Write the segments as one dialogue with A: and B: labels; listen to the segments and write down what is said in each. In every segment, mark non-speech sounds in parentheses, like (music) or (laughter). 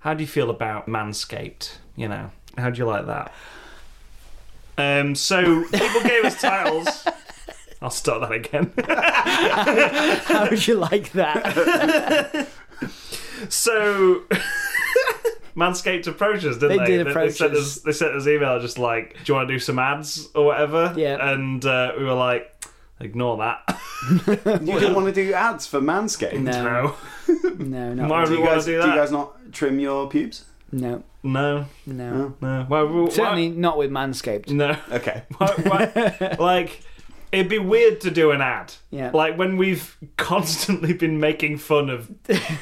A: How do you feel about Manscaped? You know, how do you like that? Um, so people gave us
B: (laughs)
A: titles. I'll start that again.
B: How would you like that?
A: So (laughs) Manscaped approached us, didn't
B: They
A: they?
B: did approach
A: sent us.
B: us.
A: They sent us email just like, "Do you want to do some ads or whatever?"
B: Yeah.
A: And uh, we were like, "Ignore that."
C: You don't want to do ads for Manscaped.
B: No,
A: (laughs) no,
B: no, not
A: Why
B: really.
C: Do you
A: Everyone
C: guys
A: do
C: do,
A: that.
C: you guys not trim your pubes?
B: no,
A: (laughs) no,
B: no.
A: no. Why, why,
B: Certainly not with Manscaped.
A: no.
C: (laughs) Okay.
A: Why- why- (laughs) like, it'd be weird to do an ad.
B: Yeah.
A: Like when we've constantly been making fun of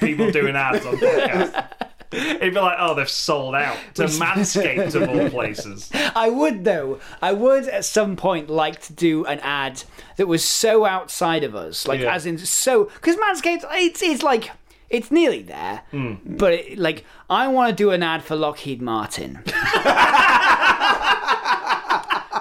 A: people doing ads on podcasts. It'd be like, oh, they've sold out to Manscaped of
B: (laughs)
A: all places.
B: I would though. I would at some point like to do an ad that was so outside of us, like
A: Yeah.
B: as in so because Manscaped, it's it's like it's nearly there,
A: Mm.
B: but it, like I want to do an ad for Lockheed Martin,
A: (laughs)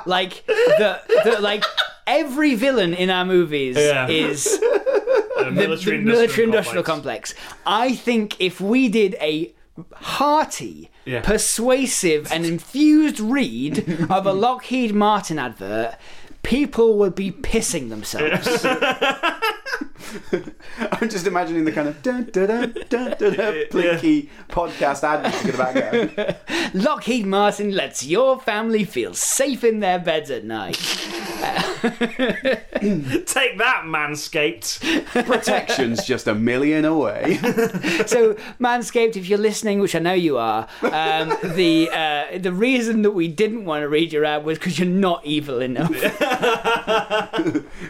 B: like the, the like every villain in our movies
A: Yeah.
B: is
A: The military,
B: the military industrial
A: industrial
B: complex. I think if we did a hearty,
A: Yeah.
B: persuasive, and infused read
A: (laughs)
B: of a Lockheed Martin advert, people would be pissing themselves.
C: I'm just imagining the kind of dun, dun, dun, dun, dun, dun, plinky podcast ad music in the background.
B: (laughs) Lockheed Martin lets your family feel safe in their beds at night.
A: Take that, Manscaped.
C: (laughs) Protection's just a million away.
A: (laughs)
C: (laughs)
B: so, Manscaped, if you're listening, which I know you are, um, the uh, the reason that we didn't want to read your ad was because you're not evil enough.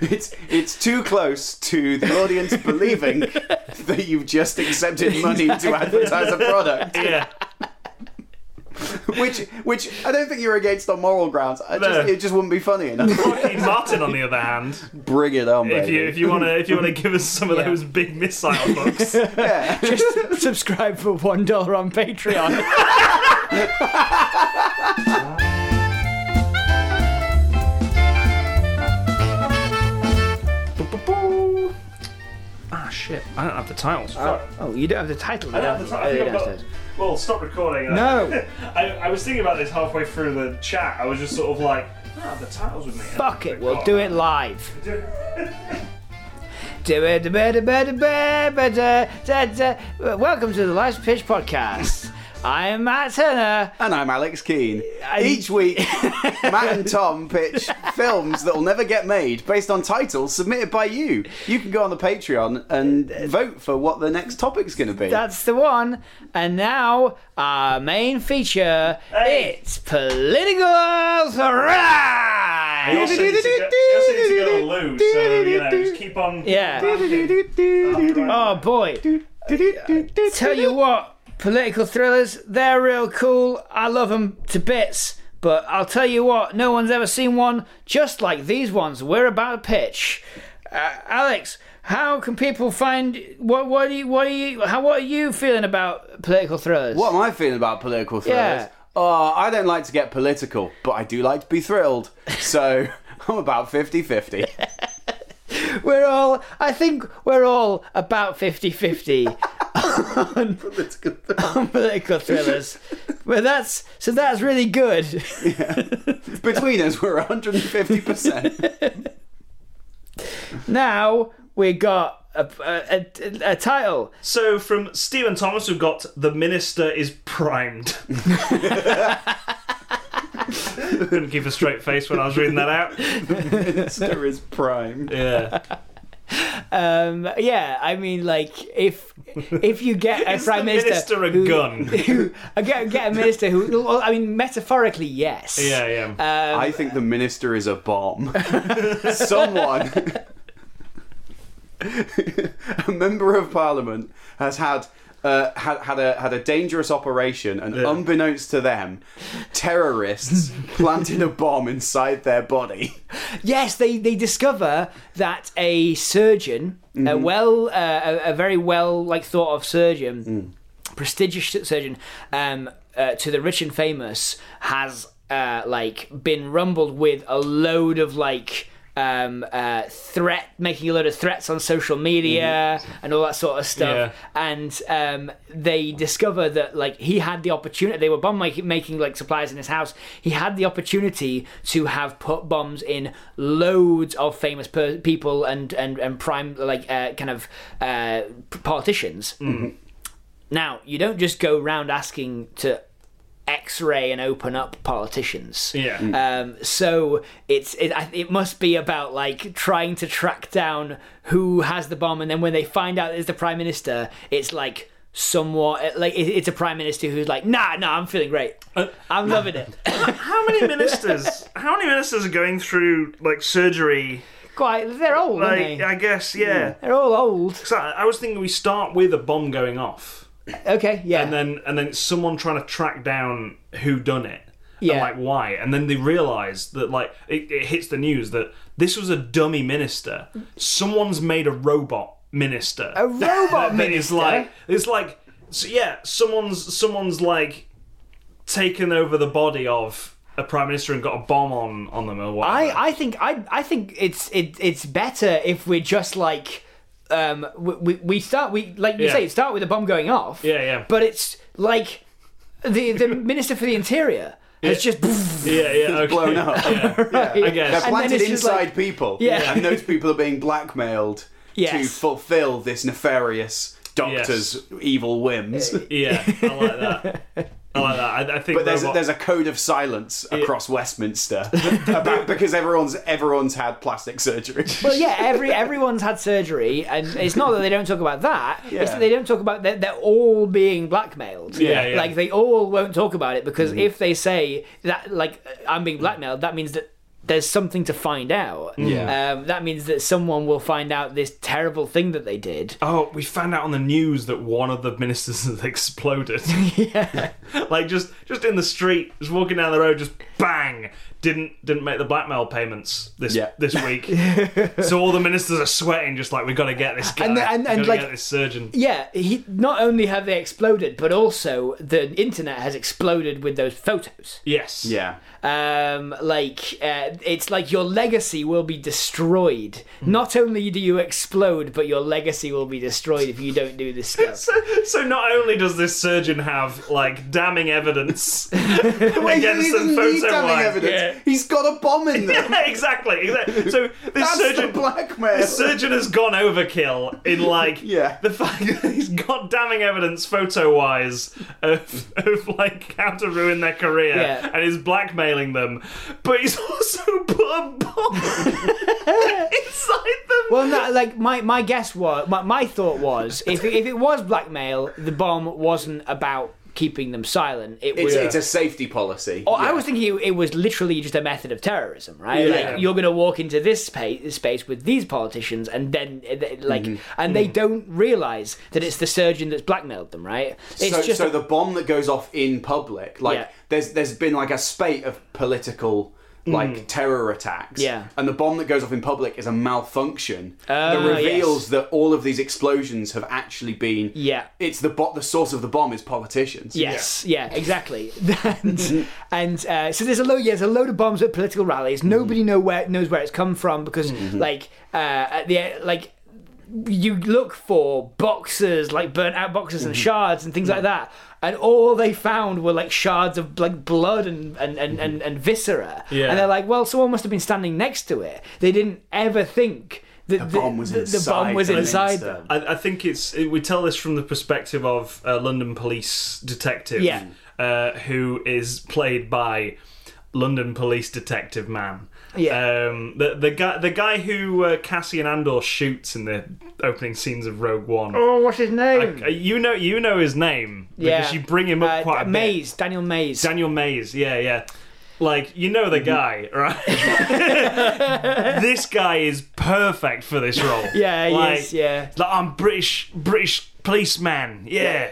C: It's it's too close to the (laughs) audience believing that you've just accepted money (laughs) to advertise a product,
A: Yeah.
C: which which I don't think you're against on moral grounds. I just,
A: No.
C: It just wouldn't be funny (laughs) enough.
A: Lockheed Martin, on the other hand,
C: Bring it on, baby.
A: if you if you want to if you want to give us some of
B: Yeah.
A: those big missile
B: (laughs)
A: books,
C: yeah.
B: Just subscribe for one dollar on Patreon.
A: ah shit, I don't have the titles.
B: Oh, you don't have the title.
A: I don't have the
B: Oh,
A: titles.
B: you
A: I think I've
B: don't have
A: got- Well, stop recording. uh,
B: No.
A: (laughs) I, I was thinking about this halfway through the chat. I was just sort of like, ah, the titles with me. oh,
B: to. Fuck it, we'll do it live. Do it, do it, do it, do it, do it, do it, do it. Welcome to the Life's Pitch Podcast. (laughs) I'm Matt Turner.
C: And I'm Alex Keane.
B: I-
C: Each week, Matt and Tom pitch films that will never get made based on titles submitted by you. You can go on the Patreon and vote for what the next topic's going to be.
B: That's the one. And now our main feature.
A: Hey.
B: It's political
A: You also
B: threat.
A: need to get- you also need to get a loo, so you know, just keep on.
B: Yeah. Oh boy. Tell you what, political thrillers, they're real cool. I love them to bits. But I'll tell you what, no one's ever seen one just like these ones we're about to pitch. Uh, Alex, how can people find what? What do you? What do you? How? What are you feeling about political thrillers?
C: What am I feeling about political thrillers?
B: Yeah.
C: Oh, I don't like to get political, but I do like to be thrilled. So (laughs) I'm about 50 50.
B: We're all. I think we're all about 50-50 on, on political thrillers. But that's so. That's really good.
C: Between us, we're 150%.
B: Now we got a, a, a, a title.
A: So from Stephen Thomas, we've got the minister is
B: (laughs)
A: primed. Couldn't keep a straight face when I was reading that out.
C: Minister is prime.
A: Yeah.
B: Um, yeah, I mean, like
A: (laughs)
B: if if you get a
A: Is
B: prime
A: the
B: minister,
A: minister a
B: who-
A: gun?
B: (laughs) who- I get get a minister who, well, I mean, metaphorically, yes.
A: Yeah, yeah.
B: Um,
C: I think the minister is a bomb. (laughs) Someone, (laughs) a member of parliament, has had. Uh, had had a had a dangerous operation, and
A: Yeah.
C: unbeknownst to them,
A: (laughs)
C: terrorists planted a bomb inside their body.
B: yes, they they discover that a surgeon, a well, uh, a, a very well like thought of surgeon, prestigious surgeon, um, uh, to the rich and famous, has uh, like been rumbled with a load of like um, uh, threat, making a load of threats on social media and all that sort of stuff. And um, they discover that like he had the opportunity. They were bomb making, making like supplies in his house. He had the opportunity to have put bombs in loads of famous per- people and and and prime like uh, kind of uh, politicians. Now, you don't just go round asking to X-ray and open up politicians.
A: Yeah.
B: Um, so it's it, I- it must be about like trying to track down who has the bomb, and then when they find out it's the prime minister, it's like somewhat like it, it's a prime minister who's like, nah, nah, I'm feeling great,
A: Uh,
B: I'm
A: (laughs)
B: loving it.
A: How many
B: (laughs)
A: ministers? how many ministers are going through like surgery?
B: Quite, they're old, aren't
A: Like,
B: they?
A: I guess, yeah.
B: They're all old.
A: 'Cause I, I was thinking we start with a bomb going off,
B: Okay, yeah.
A: and then and then it's someone trying to track down who done it.
B: Yeah.
A: And like why? And then they realise that like it, it hits the news that this was a dummy minister. Someone's made a robot minister. (laughs)
B: a robot
A: that is
B: minister.
A: like it's like so yeah someone's someone's like taken over the body of a prime minister and got a bomb on on them or whatever.
B: I, I think I I think it's it, it's better if we're just like um we, we- we start we like you
A: Yeah.
B: say start with a bomb going off
A: Yeah, yeah.
B: but it's like the (laughs) the minister for the interior has just (laughs)
A: yeah yeah okay.
C: blown up.
A: yeah.
B: right?
A: I guess.
C: They're
A: And then
C: planted
B: it's just
C: inside
B: like-
C: people,
B: Yeah.
C: and those people are being blackmailed to
B: Yes.
C: fulfil this nefarious doctor's evil
B: Eh,
C: whims.
A: yeah I like that I like that
C: (laughs)
A: I, I think
C: But there's a,
A: robot-
C: there's a code of silence across
A: (laughs)
C: Westminster (laughs) about, because everyone's everyone's had plastic surgery.
B: Well, yeah, every everyone's had surgery, and it's not that they don't talk about that. It's
C: Yeah.
B: that they don't talk about that they're all being blackmailed.
A: Yeah, yeah.
B: like they all won't talk about it because if they say that, like I'm being blackmailed, that means that there's something to find out.
C: Yeah.
B: um, that means that someone will find out this terrible thing that they did.
A: Oh, we found out on the news that one of the ministers (laughs) has
C: (laughs)
A: exploded. like just just in the street, just walking down the road, just bang! Didn't didn't make the blackmail payments this
C: Yeah.
A: this
C: (laughs)
A: week. so all the ministers are sweating, just like we got to get this guy,
B: And the- and-
A: we
B: and
A: gotta
B: like-
A: get this surgeon.
B: Yeah, he not only have they exploded, but also the internet has exploded with those photos.
A: Yes,
C: yeah,
B: um, like uh, it's like your legacy will be destroyed. Not only do you explode, but your legacy will be destroyed if you don't do this stuff.
A: So, so not only does this surgeon have like damning evidence
C: (laughs)
A: (laughs) against
C: he
A: some
C: doesn't need
A: photo
C: damning
A: wise-
C: evidence.
A: Yeah.
C: He's got a bomb in there.
A: (laughs) Yeah, exactly, exactly.
C: (laughs)
A: So this
C: That's
A: surgeon
C: the blackmail.
A: surgeon has gone overkill in like
C: (laughs) Yeah.
A: the fact that he's got damning evidence photo wise of, of like how to ruin their career
B: Yeah.
A: and is blackmailing them but he's also put a
C: (laughs)
A: bomb (laughs) inside them
B: (laughs) Well, no, like my, my guess was my, my thought (laughs) was if it, if it was blackmail, the bomb wasn't about keeping them silent. It was.
C: It's, it's a safety policy.
B: Oh, I was thinking it, it was literally just a method of terrorism, right?
A: Yeah.
B: Like you're going to walk into this space, space with these politicians, and then uh, th- like,
C: Mm-hmm.
B: and
C: Mm.
B: they don't realize that it's the surgeon that's blackmailed them, right? It's
C: so,
B: just
C: so the bomb that goes off in public, like
B: Yeah.
C: there's there's been like a spate of political like terror attacks.
B: Mm. Yeah.
C: And the bomb that goes off in public is a malfunction
B: Ah,
C: that reveals
B: yes.
C: that all of these explosions have actually been
B: Yeah.
C: It's the bo- the source of the bomb is politicians.
B: Yes, yeah, exactly. (laughs) and and uh, so there's a load, yeah, there's a load of bombs at political rallies. Nobody know where knows where it's come from because like uh, at the like you look for boxes like burnt out boxes and shards and things like that. And all they found were like shards of like blood and and, and, and, and viscera.
A: Yeah.
B: And they're like, well, someone must have been standing next to it. They didn't ever think that the,
C: bomb was
B: the, the bomb
C: inside
B: was
C: the
B: inside
C: minister.
B: them.
A: I, I think it's it, we tell this from the perspective of a London police detective,
B: Yeah.
A: uh, who is played by London police detective man.
B: Yeah.
A: um, the the guy the guy who uh, Cassian Andor shoots in the opening scenes of Rogue One.
B: Oh, what's his name?
A: Uh, You know you know his name because you bring him up
B: Uh,
A: quite a bit.
B: Mays, Daniel Mays.
A: Daniel Mays, yeah, yeah. Like, you know the
B: Mm-hmm.
A: guy,
B: (laughs)
A: right? this guy is perfect for this role.
B: Yeah, he
A: like,
B: is, yeah.
A: Like I'm British British policeman, yeah.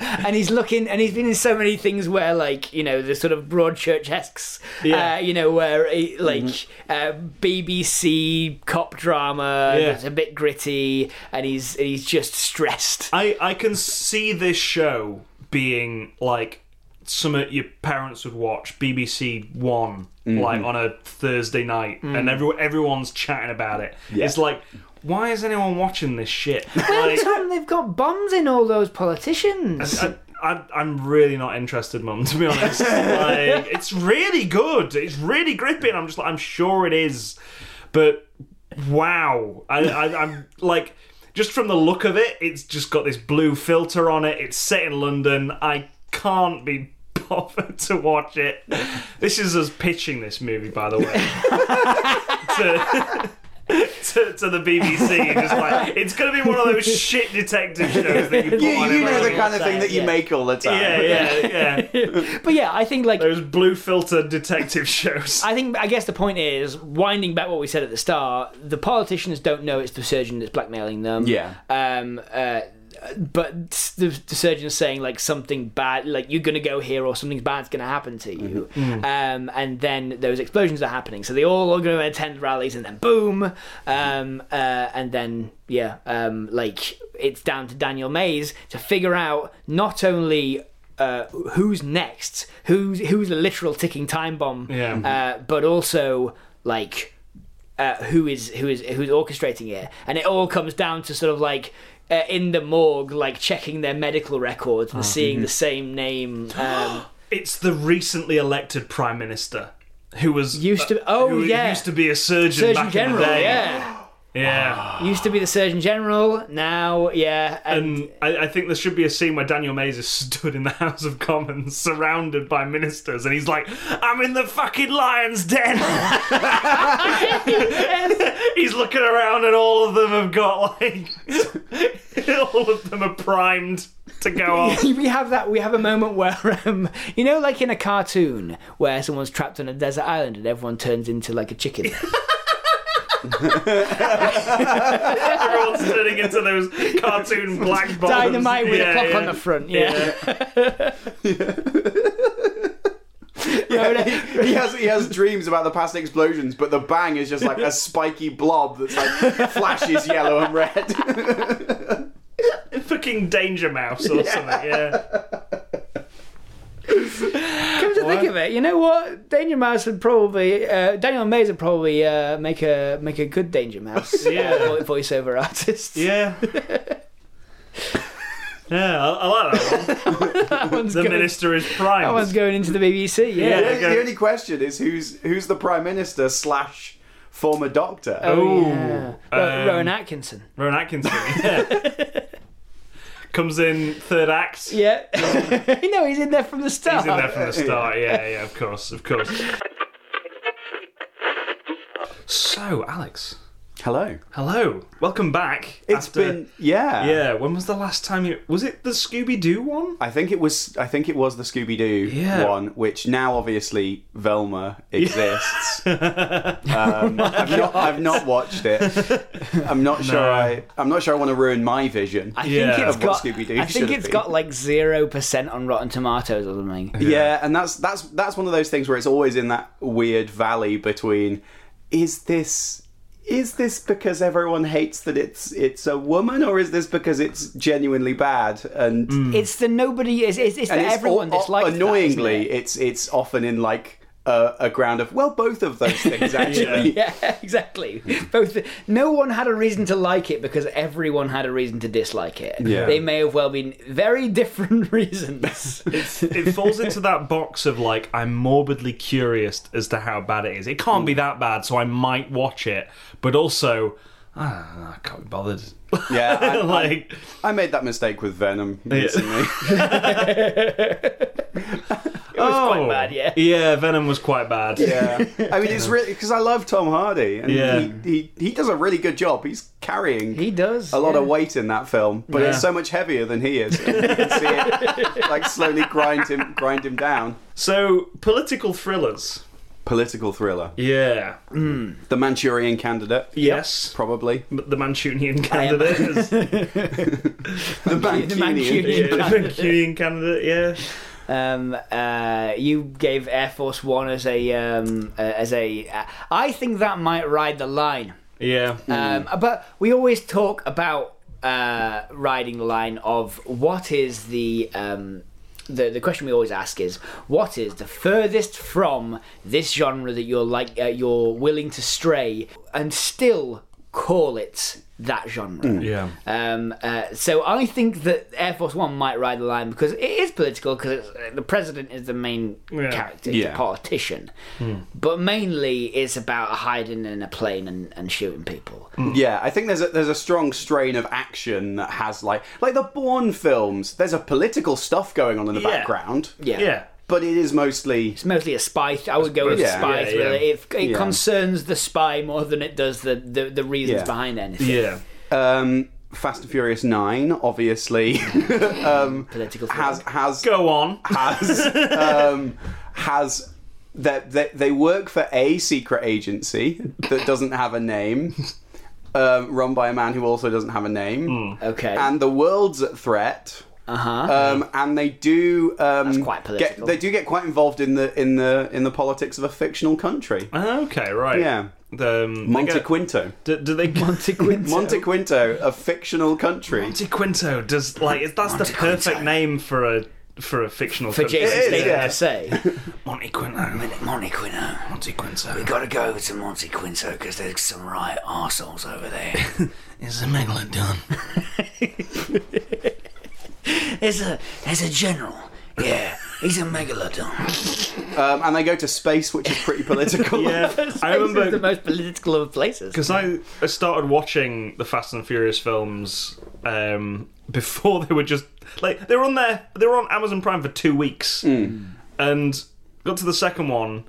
B: and he's looking and he's been in so many things where like you know the sort of broadchurch esques
A: Yeah. Mm-hmm.
B: uh, you know where he- like uh, bbc cop drama
A: Yeah.
B: that's a bit gritty and he's he's just stressed
A: I, I can see this show being like something your parents would watch, BBC One, like on a Thursday night, and every, everyone's chatting about it. It's like, why is anyone watching this shit?
B: Well,
A: Like,
B: Tom, they've got bombs in all those
A: (laughs)
B: politicians.
A: I, I, I'm really not interested, Mum. To be
C: (laughs)
A: honest, like it's really good. It's really gripping. I'm just like I'm sure it is, but wow, I, I, I'm like just from the look of it, it's just got this blue filter on it. It's set in London. I can't be (laughs) bothered to watch it. This is us pitching this movie, by the
C: (laughs)
A: way. to, to, to the BBC, just like it's gonna be one of those shit detective shows that you put
C: You,
A: on
C: you know
A: every
C: the kind of thing that you
B: Yeah.
C: make all the time.
A: yeah,
C: (laughs)
A: yeah,
B: (laughs)
A: yeah.
B: But yeah, I think like
A: Those blue filter detective shows.
B: I think I guess the point is winding back what we said at the start. The politicians don't know it's the surgeon that's blackmailing them.
C: Yeah.
B: Um. Uh. But the, the surgeon's saying like something bad, like you're gonna go here or something bad's gonna happen to you. Um. And then those explosions are happening, so they all are gonna attend rallies, and then boom. Um. Uh. And then yeah. Um. Like it's down to Daniel Mays to figure out not only. Uh, who's next? Who's who's a literal ticking time bomb?
A: Yeah.
B: uh, but also like uh, who is who is who's orchestrating it, and it all comes down to sort of like uh, in the morgue, like checking their medical records
A: Ah,
B: and seeing
A: mm-hmm.
B: the same
A: (gasps)
B: name. Um,
A: It's the recently elected prime minister who was uh,
B: Used to- oh,
A: who
B: yeah.
A: used to be a surgeon,
B: Surgeon
A: back
B: General,
A: in the day.
B: yeah,
A: yeah.
B: used to be the Surgeon General. Now, yeah, and,
A: And I, I think there should be a scene where Daniel Mays is (laughs) stood in the House of Commons, surrounded by ministers, and he's like, "I'm in the fucking lion's den." (laughs) he's looking around, and all of them have got like, (laughs) all of them are primed to
B: (laughs)
A: go on.
B: (laughs) we have that. We have a moment where, um, you know, like in a cartoon where someone's trapped on a desert island and everyone turns into like
A: (laughs)
B: a chicken.
A: Everyone's turning into those cartoon
B: (laughs)
A: black bombs.
B: Dynamite with
A: Yeah,
B: a clock
A: yeah.
B: on the front. Yeah. (laughs)
C: he has he has dreams about the past explosions, but the bang is just
B: (laughs)
C: like a spiky blob that's like flashes yellow and red.
A: (laughs) Fucking Danger Mouse or something, yeah.
B: Come to think of it, you know what? Danger Mouse would probably uh, Daniel Mays would probably uh, make a make a good Danger
A: (laughs)
B: Mouse
A: Yeah.
B: vo- voiceover artist.
A: Yeah. Yeah, I, I like that
B: (laughs)
A: one.
B: that one's
A: The
B: going,
A: Minister is
B: That
A: Prime.
B: one's going into the BBC. (laughs) Yeah.
A: Yeah.
C: the, the only question is who's who's the prime minister slash former doctor.
B: Oh,
A: Ooh.
B: yeah. Ro-
A: Um,
B: Rowan Atkinson.
A: Rowan Atkinson, yeah.
B: (laughs)
A: Comes in third act.
B: Yeah. (laughs) no, he's in there from the start.
A: He's in there
B: (laughs)
A: from the start, yeah, yeah, of course, of course. So, Alex,
C: Hello.
A: hello. Welcome back.
C: It's
A: It's
C: been yeah.
A: Yeah, when was the last time you. Was it the Scooby Doo one?
C: I think it was I think it was the Scooby Doo
A: Yeah.
C: one, which now obviously Velma exists. um, I've not I've not watched it. I'm not sure I I'm not sure I want to ruin my vision.
B: I think
A: Yeah.
B: it's
A: Of
B: got.
C: what Scooby-Doo
B: I
C: should
B: think it's
C: be.
B: got like zero percent on Rotten Tomatoes or something.
C: yeah. and that's that's that's one of those things where it's always in that weird valley between is this is this because everyone hates that it's it's a woman or is this because it's genuinely bad and
B: It's the nobody. It's, it's, it's the
C: and it's
B: everyone
C: all-
B: dislikes. that, isn't
C: annoyingly
B: it?
C: it's it's often in like a, a ground of well both of those
B: (laughs)
C: things actually
B: Yeah, exactly. Both. No one had a reason to like it because everyone had a reason to dislike it.
C: Yeah.
B: They may have well been very (laughs) different
C: (laughs)
B: reasons.
A: it falls into that box of like I'm morbidly curious as to how bad it is. It can't be that bad, so I might watch it, but also I don't know, I can't be bothered. (laughs)
C: Yeah,
B: (laughs)
C: I,
A: like
C: I made that mistake with Venom recently.
B: (laughs)
A: it was
B: quite bad, yeah.
A: oh, yeah, Venom was quite bad.
C: Yeah, I mean it's really because I love Tom Hardy, and
A: Yeah.
C: he, he he does a really good job. He's carrying
B: he does.
C: a lot
B: yeah.
C: of weight in that film, but
A: Yeah.
C: it's so much heavier than he is. And you can
B: (laughs)
C: see it like slowly grind him grind him down.
A: So political thrillers.
C: Political thriller,
A: Yeah.
C: The Manchurian Candidate,
A: Yes.
C: probably
A: The Manchurian candidate. is-
C: the Manchurian.
B: Manchurian.
A: yeah, the Manchurian candidate. Yeah.
B: Um, uh, you gave Air Force One as a um, uh, as a. Uh, I think that might ride the line.
A: Yeah.
B: Um,
A: Mm.
B: but we always talk about uh, riding the line of what is the um, the, the question we always ask is what is the furthest from this genre that you're like uh, you're willing to stray and still call it that genre
A: Mm. Yeah.
B: um, uh, so I think that Air Force One might ride the line because it is political because the president is the main
A: Yeah.
B: character, he's
C: Yeah. Hmm.
B: a politician, but mainly it's about hiding in a plane and, and shooting people.
C: Yeah, I think there's a, there's a strong strain of action that has like like the Bourne films. There's a political stuff going on in the
A: Yeah.
C: background,
B: Yeah.
A: Yeah.
C: but it is mostly
B: It's mostly a spy. Th- I would go with
C: Yeah.
B: spy
A: Yeah,
B: thriller.
A: yeah.
B: It, it
C: Yeah.
B: concerns the spy more than it does the the, the reasons
C: Yeah.
B: behind anything.
A: Yeah.
C: um, Fast and Furious Nine, obviously, (laughs) Um,
B: Political thriller.
C: has has
A: Go on.
C: has um, has that they, they work for a secret agency that doesn't have a name, um, run by a man who also doesn't have a name,
A: Hmm.
B: okay.
C: and the world's at threat. Um, and they do um,
B: Uh-huh. quite
C: Get,
B: political.
C: they do get quite involved in the in the in the politics of a fictional country.
A: Okay, right.
C: Yeah.
A: The, um, they
C: Monte
A: get-
C: Quinto.
A: Do, do they Monte Quinto?
C: Monte Quinto, a fictional country.
A: Monte Quinto does like it- that's the perfect name for a for a fictional
B: for
A: country.
B: Jason
C: is,
B: Statham
C: yeah.
B: to say,
C: (laughs)
A: Monte Quinto.
D: Monte Quinto.
A: Monte Quinto.
D: We gotta go over to Monte Quinto because there's some right arseholes over there. (laughs) Is the megalodon? (laughs) there's a there's a general. Yeah, he's a megalodon.
C: Um, and they go to space, which is
A: (laughs)
C: pretty political.
A: Yeah, I
B: (laughs) this is the
A: remember
B: most political of places.
A: because I, I started watching the Fast and Furious films um, (laughs) before they were just like they were on there they were on Amazon Prime for two weeks and got to the second one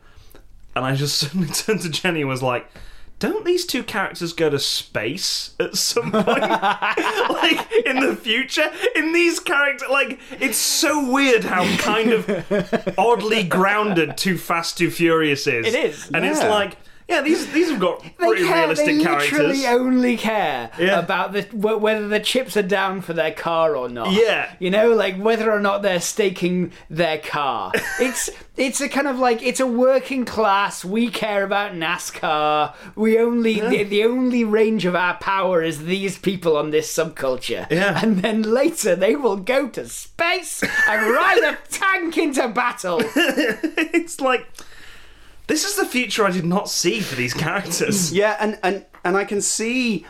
A: and I just (laughs) suddenly turned to Jenny and was like. Don't these two characters go to space at some point? (laughs) like in the future? In these characters like it's so weird how kind of oddly grounded Too Fast Too Furious is.
B: It is,
A: And it's
C: yeah.
A: like yeah, these these have got
B: They
A: pretty
B: care-
A: realistic
B: they
A: characters.
B: literally only care
A: Yeah.
B: about the, wh- whether the chips are down for their car or not.
A: Yeah.
B: you know, like whether or not they're staking
A: (laughs)
B: their car. it's it's a kind of like it's a working class. We care about NASCAR. We only the, the only range of our power is these people on this subculture.
A: Yeah.
B: and then later they will go to space and ride a tank into battle.
A: (laughs) it's like this is the future I did not see for these characters.
B: (laughs)
C: Yeah, and and and I can see.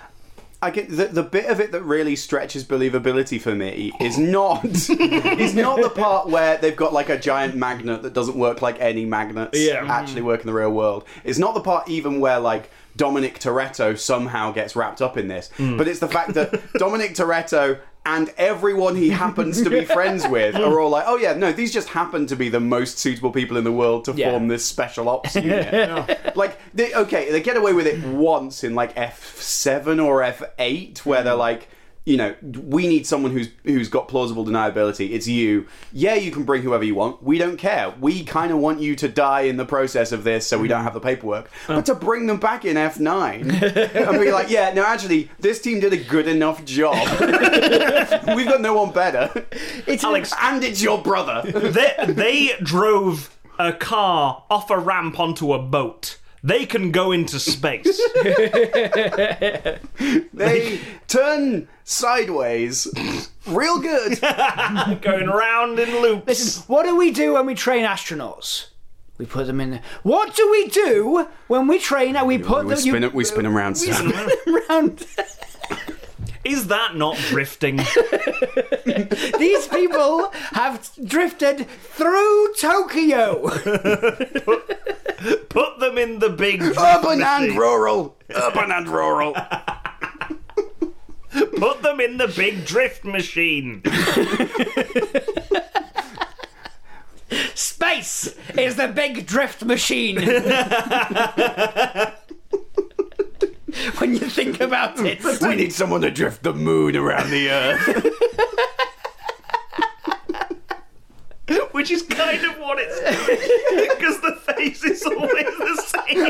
C: I can, the, the bit of it that really stretches believability for me is not (laughs) is not the part where they've got like a giant magnet that doesn't work like any magnets
A: Yeah.
C: actually work in the real world. It's not the part even where like Dominic Toretto somehow gets wrapped up in this, but it's the fact that Dominic Toretto and everyone he happens to be friends with are all like, oh yeah, no, these just happen to be the most suitable people in the world to
B: Yeah.
C: form this special ops unit. Like, they, okay, they get away with it once in like F7 or F8, where they're like, you know, we need someone who's who's got plausible deniability. It's you. Yeah, you can bring whoever you want. We don't care. We kind of want you to die in the process of this, so we don't have the paperwork. But to bring them back in F9 and be like, yeah, no, actually, this team did a good enough job. (laughs) We've got no one better.
B: It's an
A: Alex,
C: And it's your brother.
A: they, they drove a car off a ramp onto a boat. They can go into
B: (laughs)
A: space.
C: They turn sideways, real good.
A: going round in loops.
B: Listen, what do we do when we train astronauts? We put them in. The, what do we do when we train? We put
C: We
B: them.
C: spin
B: you,
C: it. We spin them round. Sam.
B: round.
A: Is that not
B: (laughs)
A: drifting?
B: These people have drifted through Tokyo.
A: Put them in the big
C: Urban and rural. Urban and rural.
A: put them in the big drift
B: (laughs)
A: machine.
B: Space is the big drift (laughs) machine. when you think about it,
C: We need someone to drift the moon around the earth.
A: Which is kind of what
B: (laughs)
A: it's (laughs) because the face is always the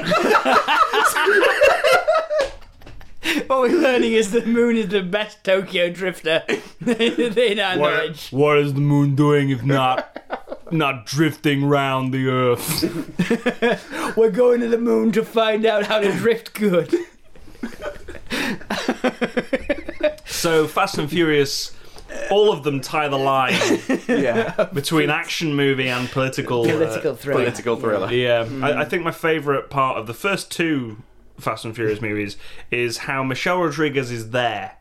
A: same.
B: (laughs) what we're learning is the moon is the best Tokyo drifter (laughs) in our knowledge.
A: what is the moon doing if not not drifting round the earth?
B: We're going to the moon to find out how to drift good.
A: So Fast and Furious, all of them tie the line
C: (laughs) yeah,
A: between action movie and political uh,
E: Political thriller.
C: (laughs) political thriller.
A: Yeah, I, I think my favourite part of the first two Fast and Furious movies is how Michelle Rodriguez is there.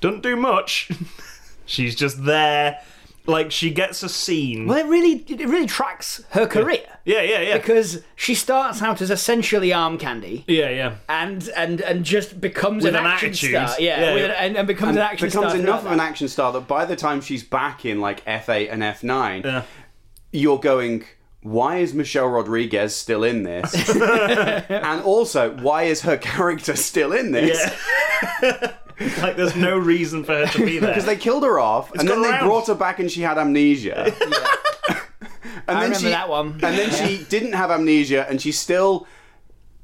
A: Doesn't do much. (laughs) She's just there. Like she gets a scene.
B: Well, it really, it really tracks her career
A: Yeah, yeah, yeah.
B: because she starts out as essentially arm candy.
A: yeah, yeah.
B: and and and just becomes
A: With
B: an,
A: an
B: action
A: attitude.
B: star. Yeah,
A: Yeah,
B: with
A: yeah.
B: an- and, and becomes an action
C: becomes
B: star.
C: enough
B: throughout
C: of an action star that by the time she's back in like F8 and F9,
A: Yeah.
C: you're going, why is Michelle Rodriguez still in this? (laughs) and also, why is her character still in this?
A: Yeah. like there's no reason for her to be there.
C: They killed her off, and then
A: gone
C: they
A: round.
C: brought her back, and she had amnesia. (laughs) and
B: I
C: then
B: remember
C: she,
B: that one.
C: (laughs) And then
B: (laughs)
C: she didn't have amnesia, and she still.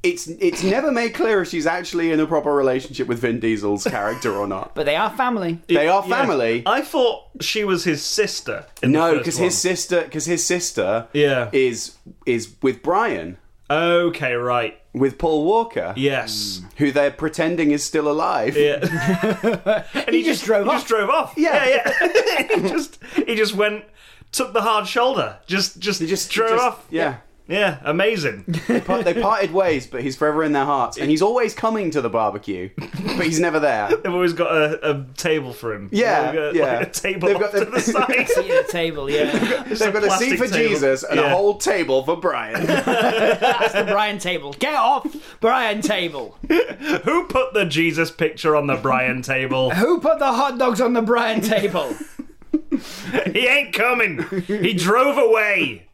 C: It's it's never made clear if she's actually in a proper relationship with Vin Diesel's character
A: (laughs)
C: or not.
B: But they are family.
C: they are
A: Yeah.
C: family.
A: I thought she was his sister. In
C: No,
A: the first
C: because
A: one.
C: his sister, because his sister,
A: Yeah.
C: is is with Brian,
A: Okay, right.
C: with Paul Walker,
A: Yes.
C: who they're pretending is still alive.
A: Yeah.
C: (laughs)
A: and he,
B: just drove
A: he
B: off.
A: Just drove off.
C: Yeah.
A: yeah. yeah. (laughs) he just he just went took the hard shoulder. Just just
C: They just
A: drove
C: just-
A: off.
C: Yeah,
A: Yeah,
C: (laughs)
A: amazing.
C: they, part, they parted ways, but he's forever in their hearts, and he's always coming to the barbecue, but he's never there.
A: They've always got a, a table for him.
C: Yeah,
A: They've got,
C: yeah.
A: Like a table
C: They've
A: off
C: got
A: to
C: the- (laughs)
A: the side.
B: At the (laughs) table, yeah.
C: They've got a seat
A: plastic
C: for
A: table.
C: Jesus and
A: Yeah.
C: a whole table for Brian.
B: That's the Brian table. Get off Brian table.
A: Who put the Jesus picture on the Brian
C: (laughs)
A: table?
B: Who put the hot dogs on the Brian table?
A: he ain't coming. He drove away.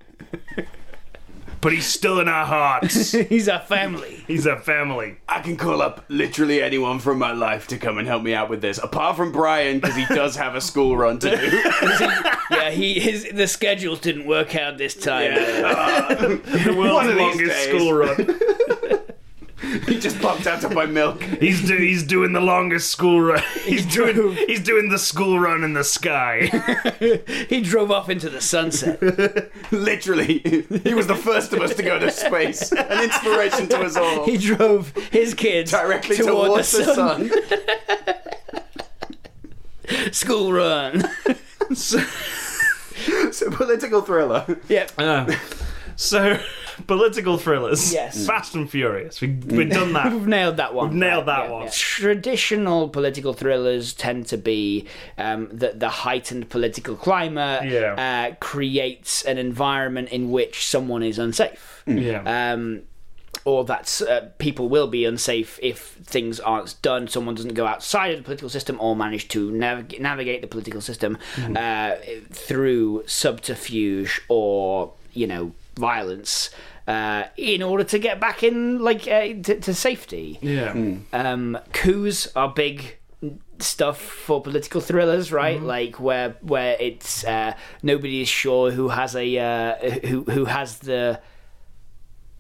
A: But he's still in our hearts.
B: He's a family.
A: He's a family.
C: I can call up literally anyone from my life to come and help me out with this, apart from Brian because he does have a school run to do.
B: Yeah, he his the schedules didn't work out this time.
A: The
C: One
A: world's
C: of these
A: longest
C: days.
A: school run.
C: (laughs) he just popped out to buy milk.
A: He's do, he's doing the longest school run. He's doing
B: drove.
A: he's doing the school run in the sky.
B: (laughs) He drove off into the sunset.
C: Literally, he was the first of us to go to space. An inspiration to us all.
B: He drove his kids
C: Directly
B: toward
C: towards
B: the,
C: the
B: sun. (laughs)
C: sun. (laughs)
B: School run.
C: it's a political thriller.
A: Uh, so, political thrillers.
B: Yes.
A: Fast and Furious. We we've done that.
B: (laughs) (laughs) We've nailed that one.
A: nailed that one.
B: Traditional political thrillers tend to be um, that the heightened political climate
A: Yeah.
B: uh, creates an environment in which someone is unsafe.
A: Yeah.
B: Um, or that uh, people will be unsafe if things aren't done. Someone doesn't go outside of the political system or manage to nav- navigate the political system uh, through subterfuge or you know violence uh, in order to get back in like uh, to, to safety.
A: yeah.
B: Um, coups are big stuff for political thrillers, right? Like where where it's uh, nobody is sure who has a uh, who who has the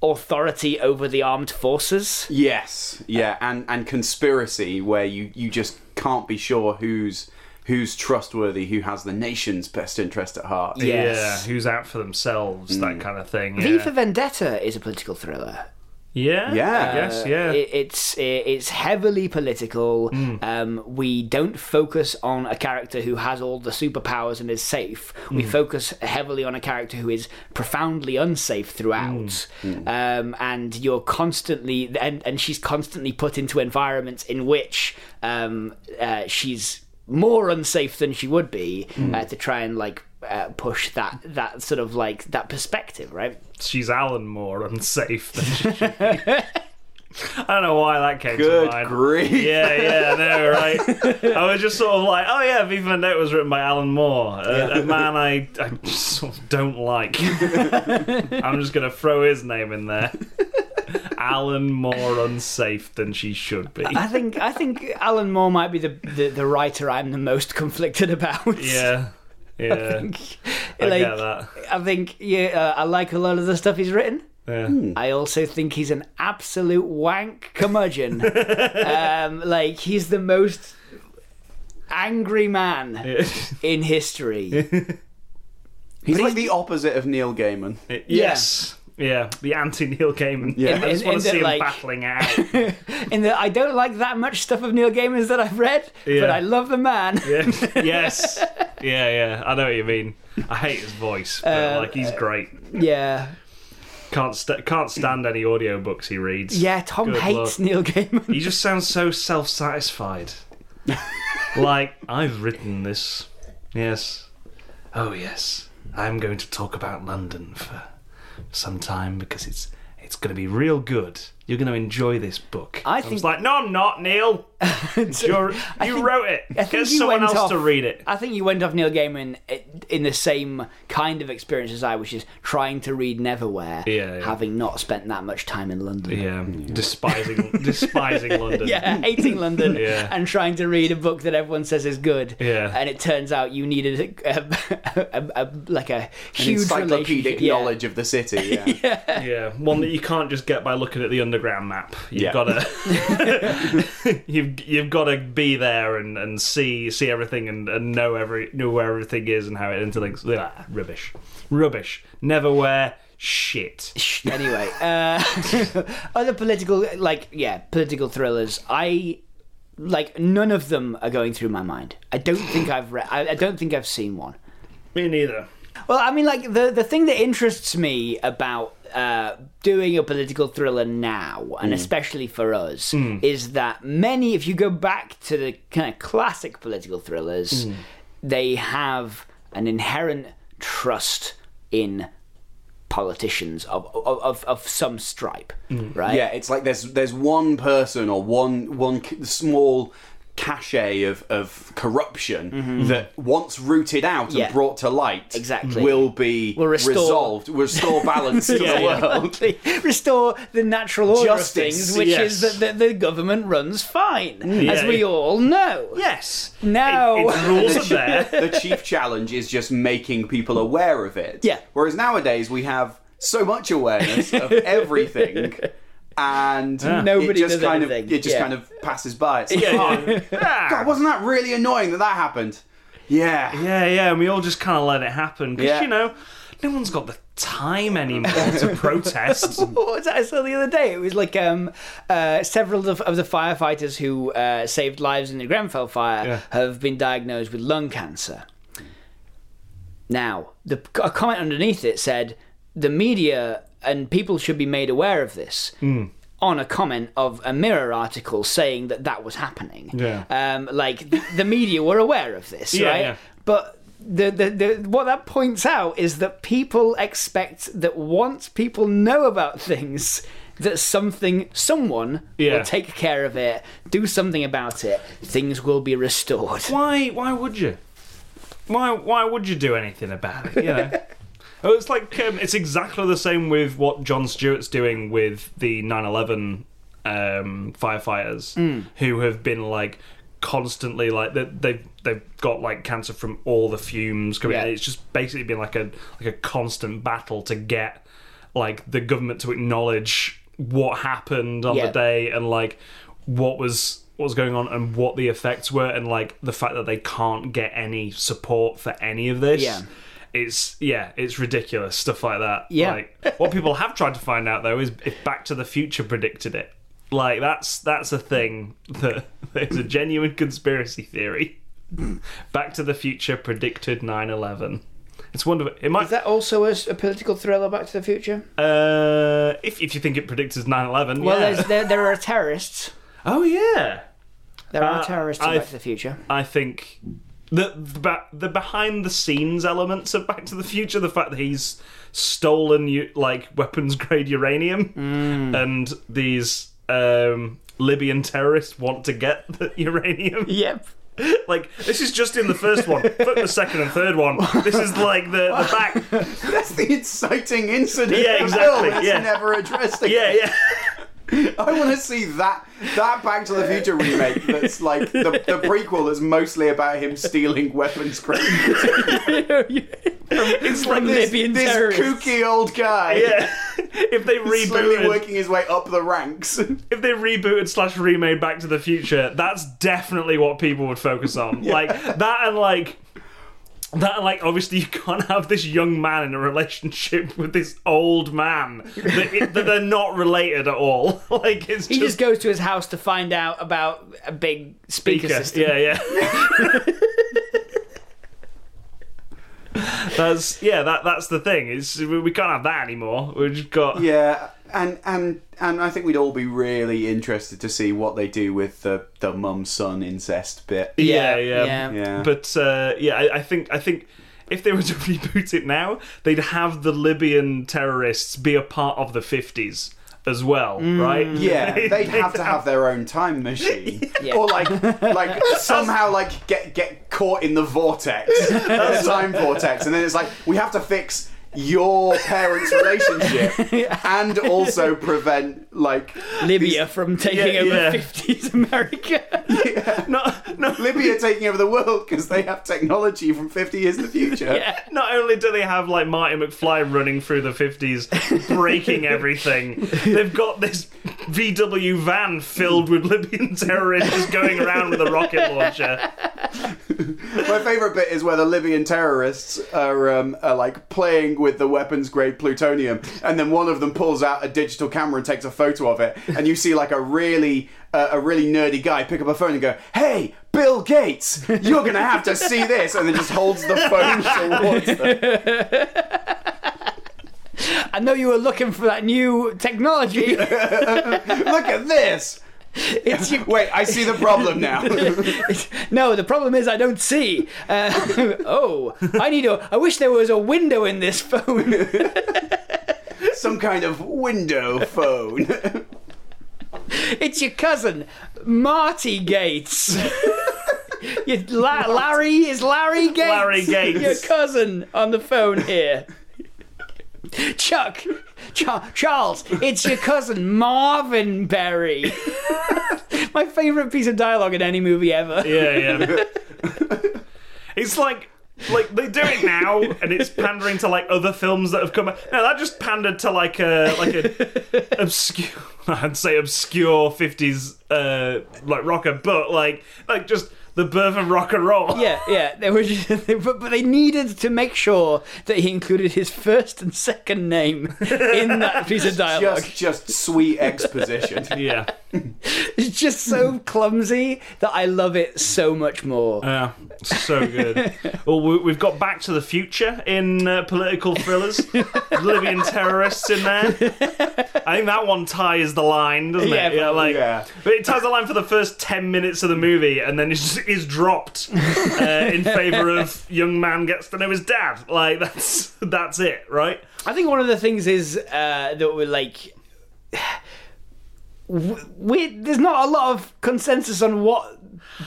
B: authority over the armed forces.
C: Yes,
B: Uh,
C: yeah, and and conspiracy where you you just can't be sure who's who's trustworthy, who has the nation's best interest at heart.
B: Yes.
A: Yeah. Who's out for themselves? That kind of thing.
B: V
A: Yeah.
B: for Vendetta is a political thriller.
A: yeah.
C: Yeah.
A: I guess. Yeah.
B: Uh, It, it's it, it's heavily political. Um, we don't focus on a character who has all the superpowers and is safe. We focus heavily on a character who is profoundly unsafe throughout. Um, and you're constantly and and she's constantly put into environments in which um, uh, she's more unsafe than she would be uh, to try and like uh, push that that sort of like that perspective, right?
A: She's Alan more unsafe than she should be. I don't know why that came to
C: Good
A: mind.
C: grief.
A: Yeah, yeah, I know, right? I was just sort of like, oh yeah, V for Vendetta was written by Alan Moore, a, a man I, I just sort of don't like. I'm just gonna throw his name in there. Alan Moore unsafe than she should be.
B: I think I think Alan Moore might be the, the, the writer I'm the most conflicted about. (laughs)
A: Yeah, yeah, I,
B: like
A: get that.
B: I think yeah, uh, I like a lot of the stuff he's written.
A: Yeah.
B: I also think he's an absolute wank
A: (laughs)
B: curmudgeon. um, like he's the most angry man in
A: (laughs)
B: history.
C: he's like the opposite of Neil Gaiman.
A: (laughs) yes. Yeah, the anti Neil Gaiman. Yeah. I just
B: In-
A: want
B: in
A: to see
B: that,
A: him
B: like-
A: battling out.
B: In that I don't like that much stuff of Neil Gaiman's that I've read,
A: Yeah.
B: but I love the man. (laughs)
A: Yeah. (laughs) yes. yeah, yeah. I know what you mean. I hate his voice, but
B: Uh,
A: like he's great.
B: (laughs) yeah.
A: Can't st- can't stand any audiobooks he reads.
B: Yeah, Tom
A: Good
B: hates
A: luck.
B: Neil Gaiman.
A: He just sounds so self
B: (laughs)
A: satisfied. like, I've written this. Yes. Oh, yes. I'm going to talk about London for some time because it's it's going to be real good. You're going to enjoy this book.
B: I
A: was
B: think-
A: like, no, I'm not,
B: (laughs)
A: Neil. It's your- you
B: think-
A: wrote it.
B: I think
A: Get
B: you
A: someone
B: went
A: else to
B: off-
A: read it.
B: I think you went off Neil Gaiman i- in the same kind of experience as I, which is trying to read Neverwhere,
A: Yeah, yeah.
B: having not spent that much time in London.
A: yeah, despising
C: (laughs)
A: despising London.
B: (laughs) Yeah, hating
A: (laughs)
B: London
A: Yeah.
B: and trying to read a book that everyone says is good.
A: Yeah.
B: and it turns out you needed a, (laughs) a, a, a- like a huge
C: encyclopedic
B: relationship- yeah.
C: knowledge of
B: (laughs)
C: the city. Yeah.
A: Yeah, one that you can't just get by looking at the underground map. You've
C: Yeah.
A: gotta
C: (laughs)
A: you've you've gotta (laughs) be there and, and see see everything and, and know every know where everything is and how it interlinks. Blah, rubbish. Rubbish. Never wear shit.
B: Shh, anyway, uh, (laughs) other political, like, yeah, political thrillers. I like none of them are going through my mind. I don't think I've read. I, I don't think I've seen one.
A: Me neither.
B: Well, I mean, like the the thing that interests me about uh, doing a political thriller now,
A: Mm.
B: and especially for us, is that many, if you go back to the kind of classic political thrillers,
A: Mm.
B: they have an inherent trust in politicians of of, of, of some stripe,
A: Mm.
B: right? (laughs)
C: Yeah, it's like there's there's one person or one one c- small cachet of, of corruption that once rooted out
B: Mm-hmm. Yeah.
C: and brought to light
B: Exactly.
C: will be
B: Will restore-
C: resolved will restore
B: (laughs)
C: balance to the
A: Yeah.
C: world
B: Exactly. Restore the natural order
C: Justice,
B: of things, which
A: yes. Mm.
B: is that the, the government runs fine, as
A: Yeah.
B: we all know.
A: Yes.
B: Now,
A: It, its rules are
C: (laughs)
A: there.
C: the chief challenge is just making people aware of it
B: Yeah.
C: whereas nowadays we have so much
A: (laughs)
C: awareness of everything and
B: Nobody
C: it just
B: does
C: kind of
B: anything.
C: it just
B: Yeah.
C: kind of passes by it's like,
A: Yeah,
C: "Oh,
A: yeah. Ah.
C: God, wasn't that really annoying that that happened yeah
A: Yeah, yeah, and we all just kind of let it happen because
C: Yeah.
A: you know, no one's got the time anymore
C: (laughs)
A: to protest.
B: (laughs) what was that I saw the other day? It was like um, uh, several of, of the firefighters who uh, saved lives in the Grenfell fire
A: Yeah.
B: have been diagnosed with lung cancer. Now, the, a comment underneath it said, "The media and people should be made aware of this."
A: Hmm.
B: On a comment of a Mirror article saying that that was happening.
A: Yeah.
B: Um, like th- the media were aware of this,
A: Yeah,
B: right?
A: yeah.
B: But the, the, the what that points out is that people expect that once people know about (laughs) things, that something, someone
A: Yeah.
B: will take care of it, do something about it, things will be restored.
A: why why would you why why would you do anything about it you
B: (laughs)
A: know Oh, it's like um, it's exactly the same with what John Stewart's doing with the 9/11 um, firefighters
B: Hmm.
A: who have been like constantly like they, they've they've got like cancer from all the fumes coming.
B: Yeah.
A: in. It's just basically been like a like a constant battle to get like the government to acknowledge what happened on
B: Yeah.
A: the day and like what was what was going on and what the effects were and like the fact that they can't get any support for any of this
B: Yeah.
A: it's yeah it's ridiculous stuff like that
B: Yeah.
A: like what people have tried to find out though is if back to the future predicted it like that's that's a thing that (laughs) there's a genuine conspiracy theory (laughs) back to the future predicted 9-11 it's wonderful it might
B: Is that also a, a political thriller, Back to the Future?
A: uh if, if you think it predicted 9-11
B: Well,
A: yeah.
B: there's, there, there are terrorists.
A: oh yeah
B: There are
A: Uh,
B: terrorists in
A: I've-
B: Back to the Future.
A: I think the the, ba- the behind the scenes elements of Back to the Future, the fact that he's stolen u- like weapons grade uranium,
C: Mm.
A: and these um, Libyan terrorists want to get the (laughs) uranium.
B: Yep.
A: (laughs) Like this is just in the first
C: (laughs)
A: one, fuck the second and third one. This is like the, the back.
C: (laughs) (laughs) That's the inciting incident.
A: Yeah,
C: of
A: exactly,
C: film. It's
A: yeah.
C: never addressed.
A: Yeah,
C: again.
A: yeah.
C: I want to see that that Back to the Future remake. That's like the,
A: (laughs)
C: the prequel. That's mostly about him stealing weapons. Crazy.
A: (laughs) It's like this.
C: this,
B: Libyan
C: this
B: terrorists.
C: kooky old guy.
A: Yeah. (laughs) If they
C: Slowly
A: rebooted,
C: working his way up the ranks. (laughs)
A: if they rebooted slash remade Back to the Future, that's definitely what people would focus on. Like that and like that and like obviously you can't have this young man in a relationship with this old man that, it, that they're not related at all. (laughs) Like it's
B: He
A: just,
B: just goes to his house to find out about a big speaker,
A: speaker.
B: (laughs) system.
A: Yeah, yeah. That's yeah. That that's the thing. Is we we can't have that anymore. We've just got
C: Yeah, and and and I think we'd all be really interested to see what they do with the the mum son incest bit.
A: yeah, yeah.
B: yeah.
C: Yeah.
A: But uh, yeah, I, I think I think if they were to (laughs) reboot it now, they'd have the Libyan terrorists be a part of the fifties as well, right?
C: (laughs) Mm.
A: (laughs)
C: Yeah, they'd have to have their own time machine,
B: Yeah.
C: or like, like somehow like get get caught in the vortex, the time vortex, and then it's like we have to fix your parents' relationship and also prevent like
B: Libya from taking
A: Yeah,
B: over
A: yeah.
B: 50s (laughs) America.
A: No, no.
C: Libya taking over the world because they have technology from fifty years in the
B: (laughs)
C: future.
A: Not only do they have like Martin McFly running through the fifties,
C: (laughs)
A: breaking everything, they've got this VW van filled with Libyan terrorists going around with a rocket launcher.
C: My favourite bit is where the Libyan terrorists are, um, are like playing with the weapons grade plutonium, and then one of them pulls out a digital camera and takes a photo of it, and you see like a really uh, a really nerdy guy pick up a phone and go, "Hey, Bill Gates, you're gonna have to see this," and then just holds the phone towards them.
B: I know you were looking for that new technology.
C: Look at this.
B: (laughs) It's your
C: Wait, I see the problem now. (laughs)
B: no, the problem is I don't see. Uh, (laughs) oh, I need a. I wish there was a window in this phone.
C: Some kind of window phone. (laughs)
B: It's your cousin, Marty
A: (laughs)
B: Gates. Your La- Larry is Larry Gates.
A: Larry Gates.
B: Your cousin on the phone here. Chuck. Cha- Charles, it's your cousin
A: (laughs)
B: Marvin Berry. My favorite piece of dialogue in any movie ever.
A: Yeah, yeah. (laughs) it's like like they do it now and it's pandering to like other films that have come out. No, that just pandered to like a like (laughs) a obscure I'd say obscure fifties uh like rocker, but like like just the birth of rock and roll.
B: Yeah, yeah. They were, just, (laughs) they, but, but they needed to make sure that he included his first and second name in that piece
A: (laughs)
B: of dialogue.
C: (laughs) Just, just sweet exposition.
A: Yeah.
B: It's just so clumsy that I love it so much more.
A: Yeah, so good. well, we, we've got Back to the Future in uh, political thrillers, Libyan terrorists in there. I think that one ties the line, doesn't
B: Yeah,
A: it? Yeah, like,
C: yeah.
A: but it ties the line for the first ten minutes of the movie, and then is is dropped uh, in favor of young man gets to know his dad. Like that's that's it, right?
B: I think one of the things is uh, that we're like. w- We, there's not a lot of consensus on what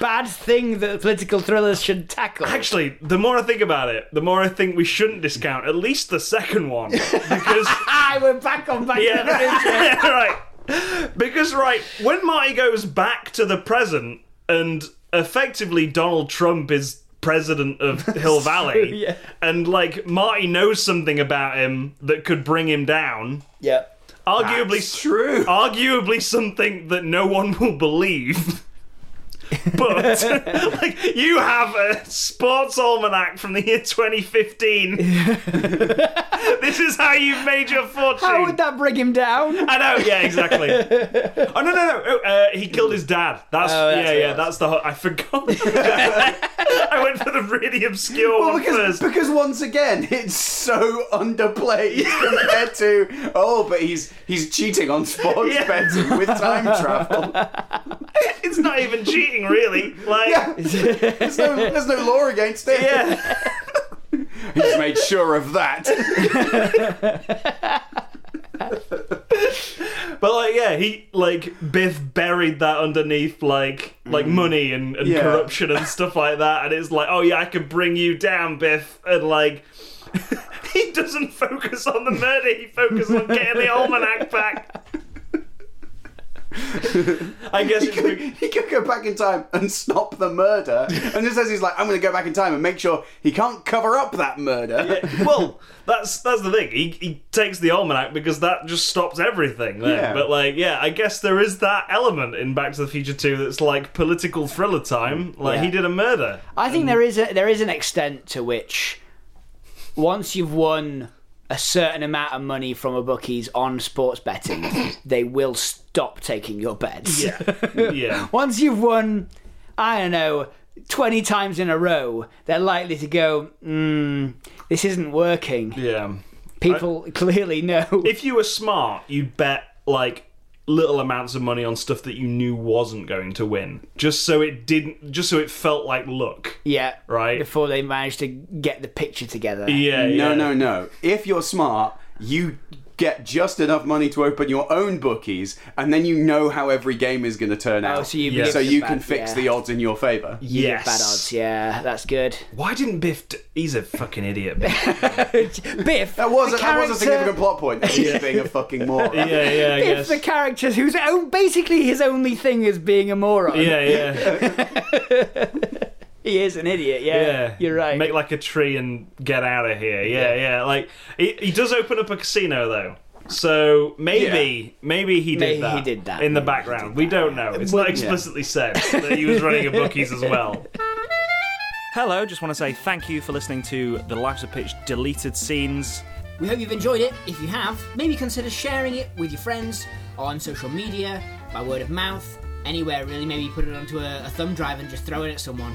B: bad thing that political thrillers should tackle.
A: Actually, the more I think about it, the more I think we shouldn't discount at least the second one because.
B: ah, we're back on back.
A: (laughs) Yeah,
B: to the Future.
A: right. Because right, when Marty goes back to the present and effectively Donald Trump is president
B: (laughs)
A: of Hill Valley
B: yeah.
A: and like Marty knows something about him that could bring him down.
B: (laughs) yeah.
A: Arguably
C: True.
A: Oh, arguably something that no one will
B: (laughs)
A: believe. But (laughs) like you have a sports almanac from the year
B: (laughs)
A: 2015. (laughs) this is how you've made your fortune.
B: How would that bring him down?
A: I know. Yeah,
C: (laughs)
A: exactly. oh no, no, no. Oh, uh, he killed his dad. That's,
B: Oh, that's
A: yeah,
B: what it
A: yeah.
B: was.
A: That's the. Ho- I
C: (laughs)
A: forgot. I went for the really obscure
C: Well,
A: one
C: because, (laughs)
A: first.
C: because once again, it's so
A: (laughs)
C: underplayed compared to oh, but he's he's cheating on sports
A: Yeah.
C: betting with time
A: (laughs)
C: travel.
A: It's not even cheating, really. Like,
C: Yeah, there's no there's no law against it.
A: yeah.
C: He's made sure of
A: (laughs)
C: that.
A: But like, yeah, he like Biff buried that underneath like like money and, and
C: Mm. Yeah.
A: corruption
C: (laughs)
A: and stuff like that, and it's like, oh yeah, I could bring you down, Biff, and like. (laughs) He doesn't focus on the murder, he focuses on getting the almanac
C: (laughs)
A: back. I guess it's be-
C: He could go back in time and stop the murder, and just says he's like, I'm going to go back in time and make sure he can't cover up that murder.
A: (laughs) well, that's that's the thing. He, he takes the almanac because that just stops everything. Then.
C: Yeah.
A: But like, yeah, I guess there is that element in Back to the Future 2 that's like political thriller time. Like he did a murder.
B: I think there is a there is an extent to which once you've won a certain amount of money from a bookies on sports betting, (laughs) they will stop taking your
A: (laughs)
B: bets.
A: Yeah. yeah.
B: Once you've won, I don't know, 20 times in a row, they're likely to go, mm, this isn't working.
A: Yeah.
B: People (laughs) clearly know.
A: If you were smart, you'd bet like little amounts of money on stuff that you knew wasn't going to win, just so it didn't, just so it felt like luck,
B: yeah.
A: right?
B: Before they manage to get the picture together.
A: yeah.
C: No,
A: yeah.
C: no, no. If you're smart, you get just enough money to open your own bookies, and then you know how every game is going to turn out.
B: Oh, so you
A: Yeah.
C: So
B: give
C: you
B: the
C: can
B: bad-
C: fix
B: yeah.
C: the odds in your favour.
A: Yes.
B: Bad odds, yeah, that's
A: (laughs)
B: good.
A: Why didn't Biff? D- He's a fucking idiot. Biff.
B: Biff,
C: That was,
B: the
C: a, that was a
B: character-
C: significant plot
B: (laughs)
C: point. You being a fucking moron.
A: yeah, yeah, I guess.
B: Biff, the character whose own, basically his only thing is being a moron.
A: yeah, yeah,
B: He is an idiot, yeah.
A: yeah.
B: You're right.
A: Make like a tree and get out of here. Yeah, yeah. Like he, he does open up a casino though. So maybe, maybe he did
B: Maybe he
A: that.
B: did that.
A: in the
B: Maybe he
A: background. We don't know. It's not explicitly said that he was running a bookies as
B: (laughs)
A: well. Hello, just want to say thank you for listening to the Lives of Pitch deleted scenes.
F: We hope you've enjoyed it. If you have, maybe consider sharing it with your friends on social media, by word of mouth, anywhere really. Maybe put it onto a, a thumb drive and just throw it at someone.